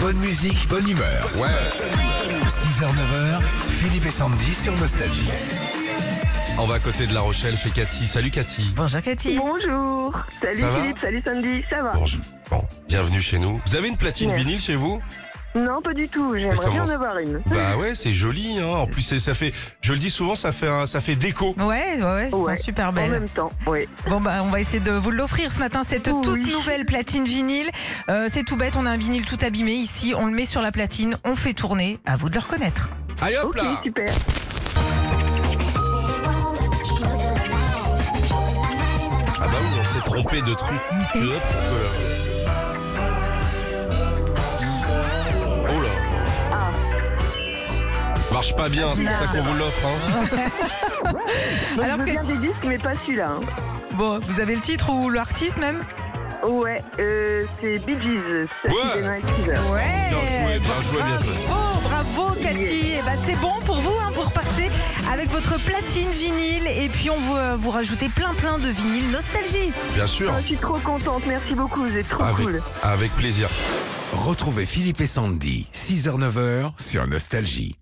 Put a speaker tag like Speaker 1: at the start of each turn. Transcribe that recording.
Speaker 1: Bonne musique, bonne humeur. Ouais. 6h, 9h, Philippe et Sandy sur Nostalgie.
Speaker 2: On va à côté de La Rochelle chez Cathy. Salut Cathy.
Speaker 3: Bonjour Cathy.
Speaker 4: Bonjour. Salut
Speaker 2: Ça va
Speaker 4: Philippe, salut Sandy, ça va
Speaker 2: Bonjour. Bon, bienvenue chez nous. Vous avez une platine
Speaker 4: Ouais.
Speaker 2: vinyle chez vous
Speaker 4: Non, pas du tout. J'aimerais bien en
Speaker 2: commence.
Speaker 4: avoir une.
Speaker 2: Bah ouais, c'est joli. Hein. En plus, c'est- ça fait, je le dis souvent, ça fait, un- ça fait déco.
Speaker 3: Ouais, ouais, ouais, elles sont
Speaker 4: Ouais,
Speaker 3: super
Speaker 4: En
Speaker 3: belles.
Speaker 4: même temps, oui.
Speaker 3: Bon bah on va essayer de vous l'offrir ce matin cette
Speaker 4: Oui.
Speaker 3: toute nouvelle platine vinyle. Euh, c'est tout bête, on a un vinyle tout abîmé ici, on le met sur la platine, on fait tourner. À vous de le reconnaître.
Speaker 2: Allez hop
Speaker 4: Ok,
Speaker 2: là
Speaker 4: super.
Speaker 2: Ah bah oui, on s'est trompé de truc. Hop, hop, euh. Oh là Marche pas bien, c'est pour ça qu'on vous l'offre. Hein.
Speaker 4: Moi,
Speaker 3: Alors,
Speaker 4: je veux bien des disques, mais pas celui-là. hein.
Speaker 3: Bon, vous avez le titre ou l'artiste même
Speaker 4: Ouais, euh, c'est Bee Gees. Saturday
Speaker 2: Ouais.
Speaker 4: Night Fever.
Speaker 3: Ouais.
Speaker 2: Bien joué, bien joué, bien joué.
Speaker 3: Bravo, bravo Cathy. Et bah c'est bon pour vous, hein, vous repartez avec votre platine vinyle et puis on vous, euh, vous rajoutez plein plein de vinyle nostalgie.
Speaker 2: Bien sûr,
Speaker 4: Ah, je suis trop contente, merci beaucoup, vous êtes trop
Speaker 2: avec,
Speaker 4: Oh, cool.
Speaker 2: avec plaisir.
Speaker 1: Retrouvez Philippe et Sandy, 6h, 9h sur Nostalgie.